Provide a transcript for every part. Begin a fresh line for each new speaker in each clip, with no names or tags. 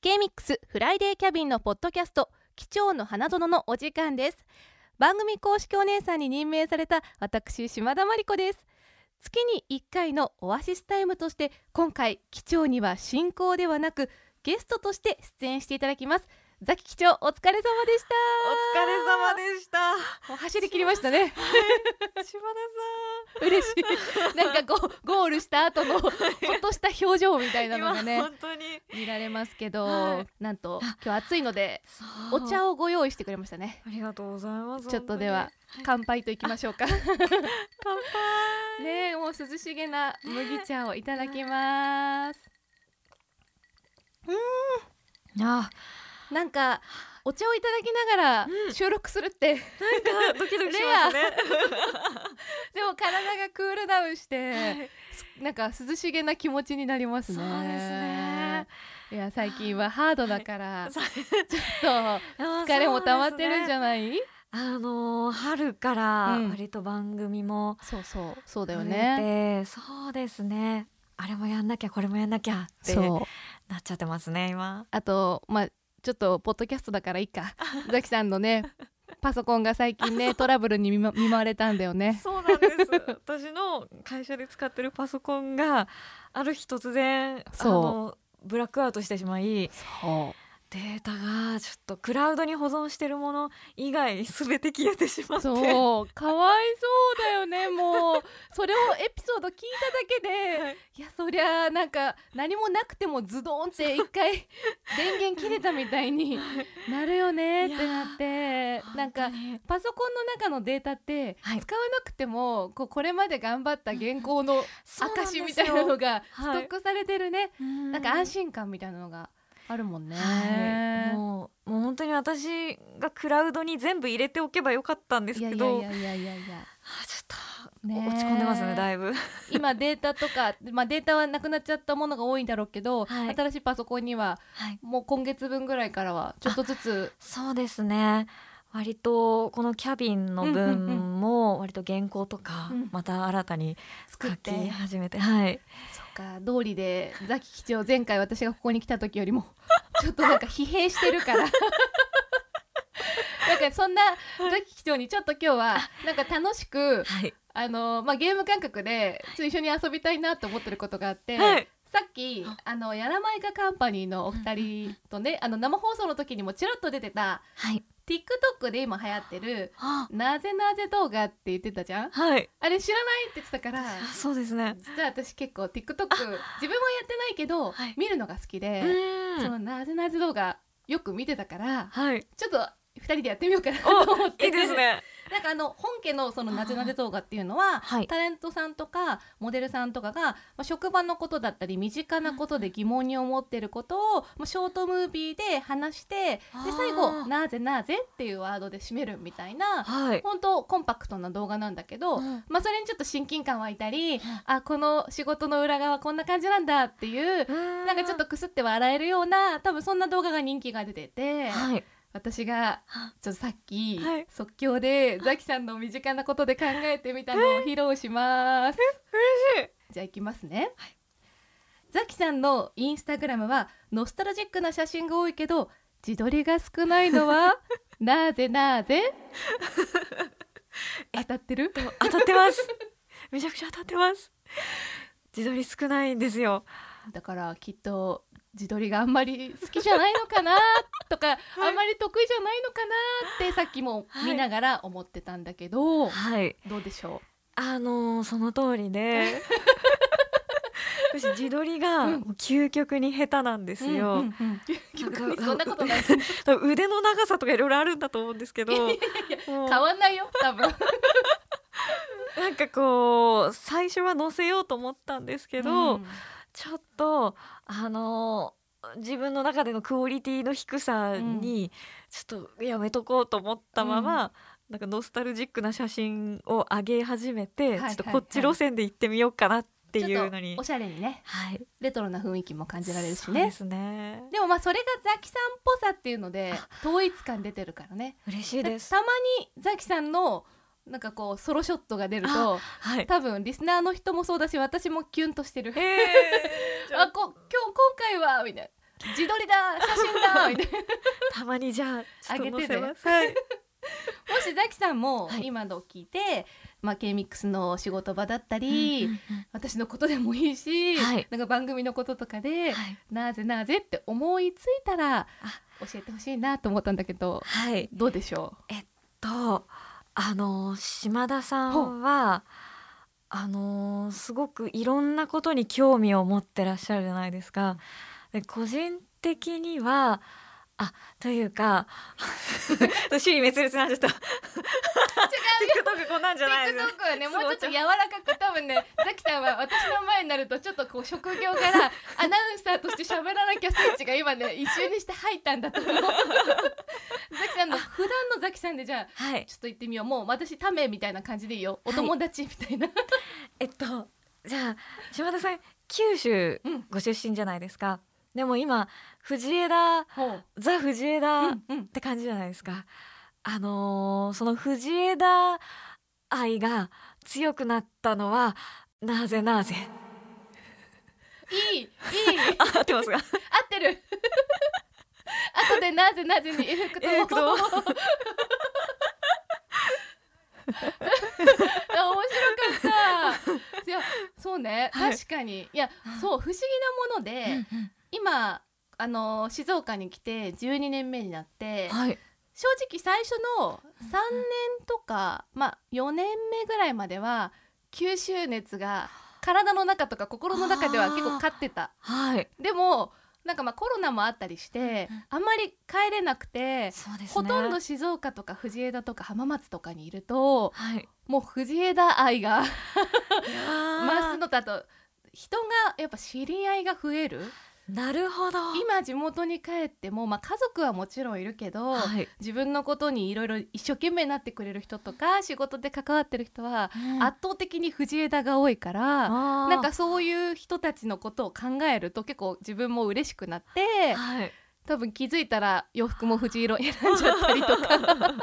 K ミックスフライデーキャビンのポッドキャスト貴重の花園のお時間です番組公式お姉さんに任命された私島田真理子です月に1回のオアシスタイムとして今回貴重には進行ではなくゲストとして出演していただきますザキ貴重お疲れ様でした
お疲れ様でした。
もう走り切りましたね
島
嬉し いなんかこうゴールした後のほっとした表情みたい
田
な
さん、
のがね
本当に
見られますけど、
はい
なんと今日暑いのでお
お
茶
茶を
をご用意してくれましたね
ありがとうございます。
ちょっとでは乾杯といきましょうか
本当に乾杯。
ねえもう涼しげ な麦茶をいただきます
あ、
なんかお茶をいただきなが
う
ら
ん
収録するって、
なんかドキドキしますね。
でも体がクールダウンして、
はい
なんか涼しげな気持ちになりますね
そうですね
いや最近はハードだ から、
さ
ちょっと 疲れも溜まってるんじ
ん。
ゃない
あのー春から
うん
割と番組も
そうそうそうだよ
増
ね。
えて、そうですね。あれもやんなきゃこれもやんなきゃって
そう
なっちゃってますね今。
あとまあちょっとポッドキャストだからいい かザキさんのねパソコンが最近ねトラブルに見,、ま、見舞われたんだよね。
そうなんです。私の会社で使ってるパソコンがある日突然あ
そう
のブラックアウトしてしまい
そ
データがちょっとクラウドに保存してるもの以外すべて消えてしま
う
って
そうかわいそうだよねもうそれをエピソード聞いただけで
はい
いやそりゃなんか何もなくてもズドンって一回 電源切れたみたいになるよねってなってなんか
本当に
パソコンの中のデータって使
は
わ
い
なくてもこうこれまで頑張った原稿の
そうなんです
証
よ
みたいなのがスト
はい
ックされてるね、
うん
なんか安心感みたいなのがあるもんね。
はいもうもう本当に私がクラウドに全部入れておけばよかったんです
いや
け
いや
ど
いやいやいやいや
あちょっと
ねえ
落ち込んでますねだいぶ
今データとか、まあ、データはなくなっちゃったものが多いんだろうけど、
はい
新しいパソコンには
はい
もう今月分ぐらいからはちょっとずつ
そうですね割とこのキャビンの
うんうんう
分も割と原稿とか
うん
また新たに
作
書
って、
き始めて、はい
そっか道理でザキ吉祥前回私がここに来た時より もちょっとなんか疲弊してるからなんかそんなザキ吉祥にちょっと今日はなんか楽しく
はい
あのまあ、ゲーム感覚でちょっと一緒に遊びたいなと思ってることがあって、
はい
さっきあのやらまいかカンパニーのお二人とね、あの生放送の時にもちらっと出てた
はい
TikTok で今流行ってる
あ
「なぜなぜ動画」って言ってたじゃん
はい
あれ知らないって言ってたから
あそうですね
実は私結構 TikTok 自分はやってないけど、
はい
見るのが好きで、
う
そのなぜなぜ動画よく見てたから
はい
ちょっと2人でやってみようかなと思って
いいですね
なんかあの本家のそのなぜなぜ動画っていうのは、
はい
タレントさんとかモデルさんとかが、まあ、職場のことだったり身近なことで疑問に思ってることを、まあ、ショートムービーで話してで最後「なぜなぜ」っていうワードで締めるみたいな
はい
本当コンパクトな動画なんだけど、
うん
まあ、それにちょっと親近感湧いたりあこの仕事の裏側こんな感じなんだっていうな
な
んかちょっとくすって笑えるような多分そんな動画が人気が出てて。
はい
私がちょっとさっき、
はい
即興でザキさんの身近なことで考えてみたのを披露します。
嬉しい
じゃあ行きますね。ザキさんのインスタグラムはノスタルジックな写真が多いけど自撮りが少ないの はなぜなぜ？当たってる？
当たってますめちゃくちゃ当たってます自撮り少ないんですよ
だからきっと自撮りがあんまり好きじゃないのかなと か、あんまり得意じゃないのかなってさっきも見ながら思ってたんだけど、
はい
どうでしょう？
あのーその通 りで私自撮りが
うん
もう究極に下手なんですよ、
うん うんうん逆にそんなことない。
多分腕の長さとかいろいろあるんだと思うんですけどもう
変わんないよ、多分。
なんかこう最初は載せようと思ったんですけど、
うん
ちょっとあのー自分の中でのクオリティの低さにちょっとやめとこうと思ったまま、なんかノスタルジックな写真を上げ始めて、
はいはい
ちょっとこっち路線で行ってみようかなっていうの
ちょっ
に
とおしゃれにね、
はい
レトロな雰囲気も感じられるし
そうで
ね。
すね
でもまあそれがザキさんっぽさっていうので統一感出てるからね。
嬉しいです
たまにザキさんのなんかこうソロショットが出ると
はい
多分リスナー の人もそうだし私もキュンとしてる。
え
あこ今日今回はみたいな。自撮りだ写真だみたいな
たまにじゃあちょっと載
あげて
せ
ね
ます、はい、
もしザキさんも
はい
今のを聞いて、まあ、K-MIX の仕事場だったり、私のことでもいいし、
はい
なんか番組のこととかで、
はい
なぜなぜって思いついたら教えてほしいなと思ったんだけど
はい
どうでしょ
とあの島田さんはあのすごくいろんなことに興味を持ってらっしゃるじゃないですか。で個人的にはあという か趣味滅裂なんちゃった TikTok こんなんじ
う
ゃないです
TikTok はねも
そう
うちょっと柔らかく多分ねザキさんは私の前になるとちょっとこう職業から アナウンサーとして喋らなきゃスイッチが今ね一瞬にして入ったんだと 思うザキさんの普段のザキさんでじゃあ
はい
ちょっと行ってみようもう私タメみたいな感じでいいよお友達みたいな、
えっとじゃあ島田さん九州
うん
ご出身じゃないですか、でも今藤枝
ほう
ザ藤枝
うんうん
って感じじゃないですか。あのーその藤枝愛が強くなったのはなぜなぜ
いいいい
あ合ってますが
合ってる 後でなぜなぜに F クとも
F クとも
面白かったいやそうね、
はい
確かにいやそう不思議なもので、今あの静岡に来て12年目になって、
はい
正直最初の3年とか、まあ、4年目ぐらいまでは九州熱が体の中とか心の中では結構勝ってた
はい
でもなんかまあコロナもあったりして
うん
あんまり帰れなくて、
そうですね
ほとんど静岡とか藤枝とか浜松とかにいると
はい
もう藤枝愛が増
ます
のとあと人がやっぱ知り合いが増える
なるほど
今地元に帰っても、まあ、家族はもちろんいるけど、
はい、
自分のことにいろいろ一生懸命になってくれる人とか仕事で関わってる人は圧倒的に藤枝が多いから、
あー
なんかそういう人たちのことを考えると結構自分も嬉しくなって
はい
多分気づいたら洋服も藤色選んじゃったりと かなん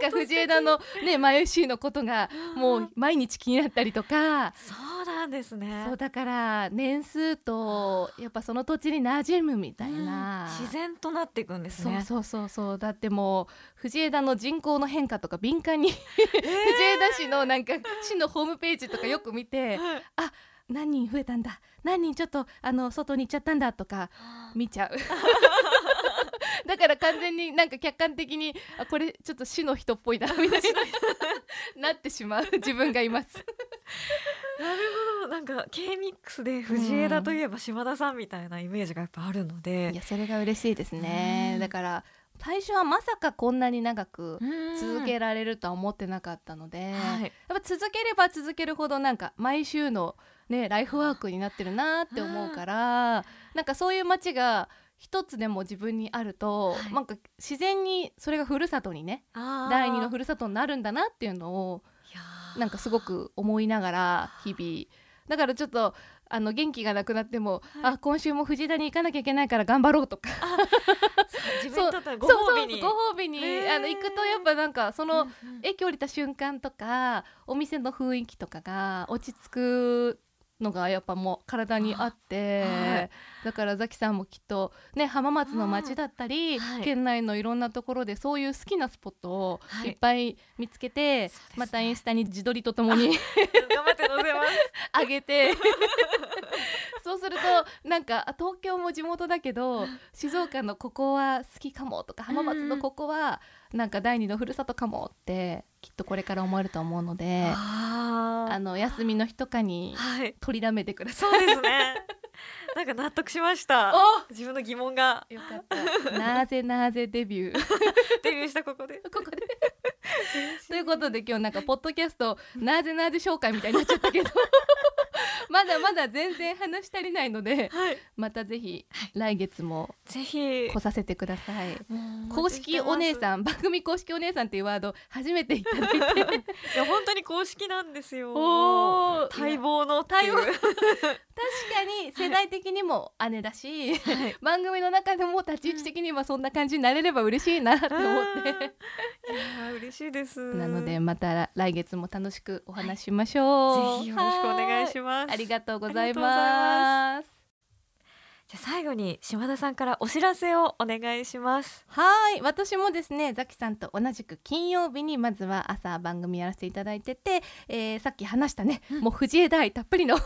か藤枝のね眉ーのことがもう毎日気になったりとか。
そうなんですね
そうだから年数とやっぱその土地に馴染むみたいな、
うん自然となっていくんです
そう
ね
そうそうそうだってもう藤枝の人口の変化とか敏感に 藤枝市のなんか市のホームページとかよく見て
はい
何人増えたんだ何人ちょっとあの外に行っちゃったんだとか見ちゃう だから完全になんか客観的にあこれちょっと市の人っぽいなみたいななってしまう自分がいます
なるほどなんか K ミックスで藤枝といえば島田さんみたいなイメージがやっぱあるので
いやそれが嬉しいですね、
うん
だから最初はまさかこんなに長く
うん
続けられるとは思ってなかったので、
はい
やっぱ続ければ続けるほどなんか毎週のねライフワークになってるなって思うからなんかそういう街が一つでも自分にあると、
はい
なんか自然にそれがふるさとにね
あー
第二のふるさとになるんだなっていうのを
いやー
なんかすごく思いながら日々だからちょっとあの元気がなくなっても、
はい
あ今週も藤田に行かなきゃいけないから頑張ろうとか
自分にとってはご
そう
褒美に
そうそうご褒美に
へー
あの行くとやっぱなんかその
う んうん
駅降りた瞬間とかお店の雰囲気とかが落ち着くのがやっぱもう体にあって、
はい
だからザキさんもきっとね浜松の街だったり、
うんはい
県内のいろんなところでそういう好きなスポットを
は
い
い
っぱい見つけて、
そうですね
またインスタに自撮りとともに
頑張って乗せます
上げて そうするとなんかあ東京も地元だけど静岡のここは好きかもとか浜松のここはなんか第二のふるさとかもってきっとこれから思えると思うのであ
あ
の休みの日とかに
ーはい
取りだめてください。
そうですね なんか納得しました
お
自分の疑問が
よかった。なぜなぜデビュー
デビューしたここで
ここで。 ということで今日なんかポッドキャストなぜなぜ紹介みたいになっちゃったけど まだまだ全然話し足りないので
はい
またぜひ来月も
ぜひ
来させてください。
もう
公式お姉
ん
さん番組公式お姉さんっていうワード初めていただ いて
いや本当に公式なんですよ
おー
待望のっていう
確かに世代的にも姉だし、
はい
番組の中でも立ち位置的にはそんな感じになれれば嬉しいなって思って、
あーいやー嬉しいです
なのでまた来月も楽しくお話ししましょう、
ぜひよろしくお願いしま
は
す
ありがとうござい
ありがとうござ
ます
じゃあ最後に島田さんからお知らせをお願いします。
はい私もですねザキさんと同じく金曜日にまずは朝番組やらせていただいてて、えーさっき話したね、もう藤枝愛たっぷりの ホ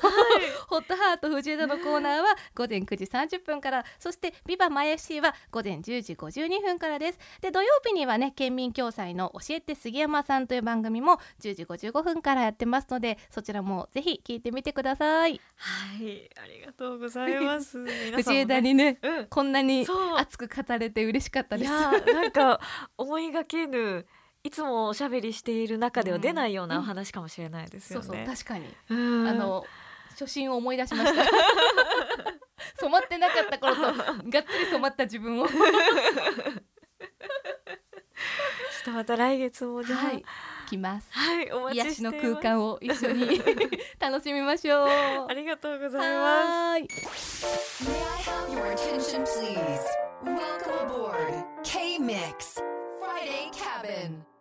ットハート藤枝のコーナーは午前9時30分からそして「ビバマイ FC」は午前10時52分からですで土曜日にはね県民共済の「教えて杉山さん」という番組も10時55分からやってますのでそちらもぜひ聞いてみてください
はい、ありがとうござ います。皆
藤
さんもね
枝にね
うん、
こんなに
そう
熱く語れて嬉しかった
い
です
やーなんか思いがけぬいつもおしゃべりしている中では出ないようなお話かもしれないです
そ
よ
うそう
ね。
確かに
うん
あの初心を思い出しま した。染まってなかった頃とがっつり染まった自 分を。は
ちょっとまた来月もじゃあはい
い、、来ます。
お待
癒
ちし
して
い
の
ます。
空間を一緒に 楽しみましょう。
ありがとうございます。
はーい
May I have your attention, please? Welcome aboard K Mix Friday Cabin.